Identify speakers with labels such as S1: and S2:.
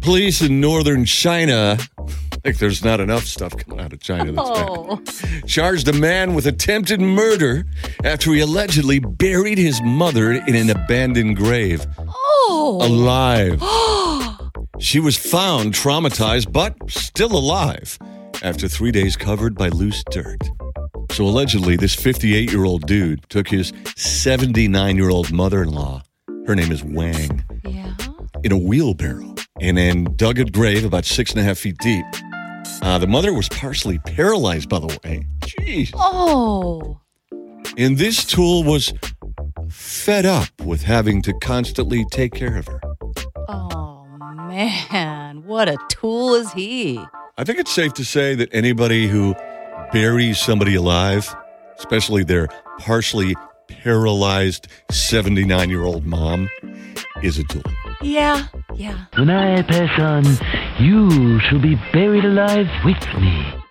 S1: police in northern China. Like there's not enough stuff coming out of China. That's bad.
S2: Oh,
S1: Charged a man with attempted murder after he allegedly buried his mother in an abandoned grave.
S2: oh,
S1: Alive. she was found traumatized but still alive after three days covered by loose dirt. So allegedly, this 58 year old dude took his 79 year old mother in law. Her name is Wang
S2: yeah.
S1: in a wheelbarrow and then dug a grave about six and a half feet deep. Uh, the mother was partially paralyzed, by the way. Jeez.
S2: Oh,
S1: And this tool was fed up with having to constantly take care of her.
S2: oh man, what a tool is he?
S1: I think it's safe to say that anybody who buries somebody alive, especially their partially paralyzed 79 year old mom, is a tool.
S2: Yeah, yeah.
S3: When I pass on, you shall be buried alive with me.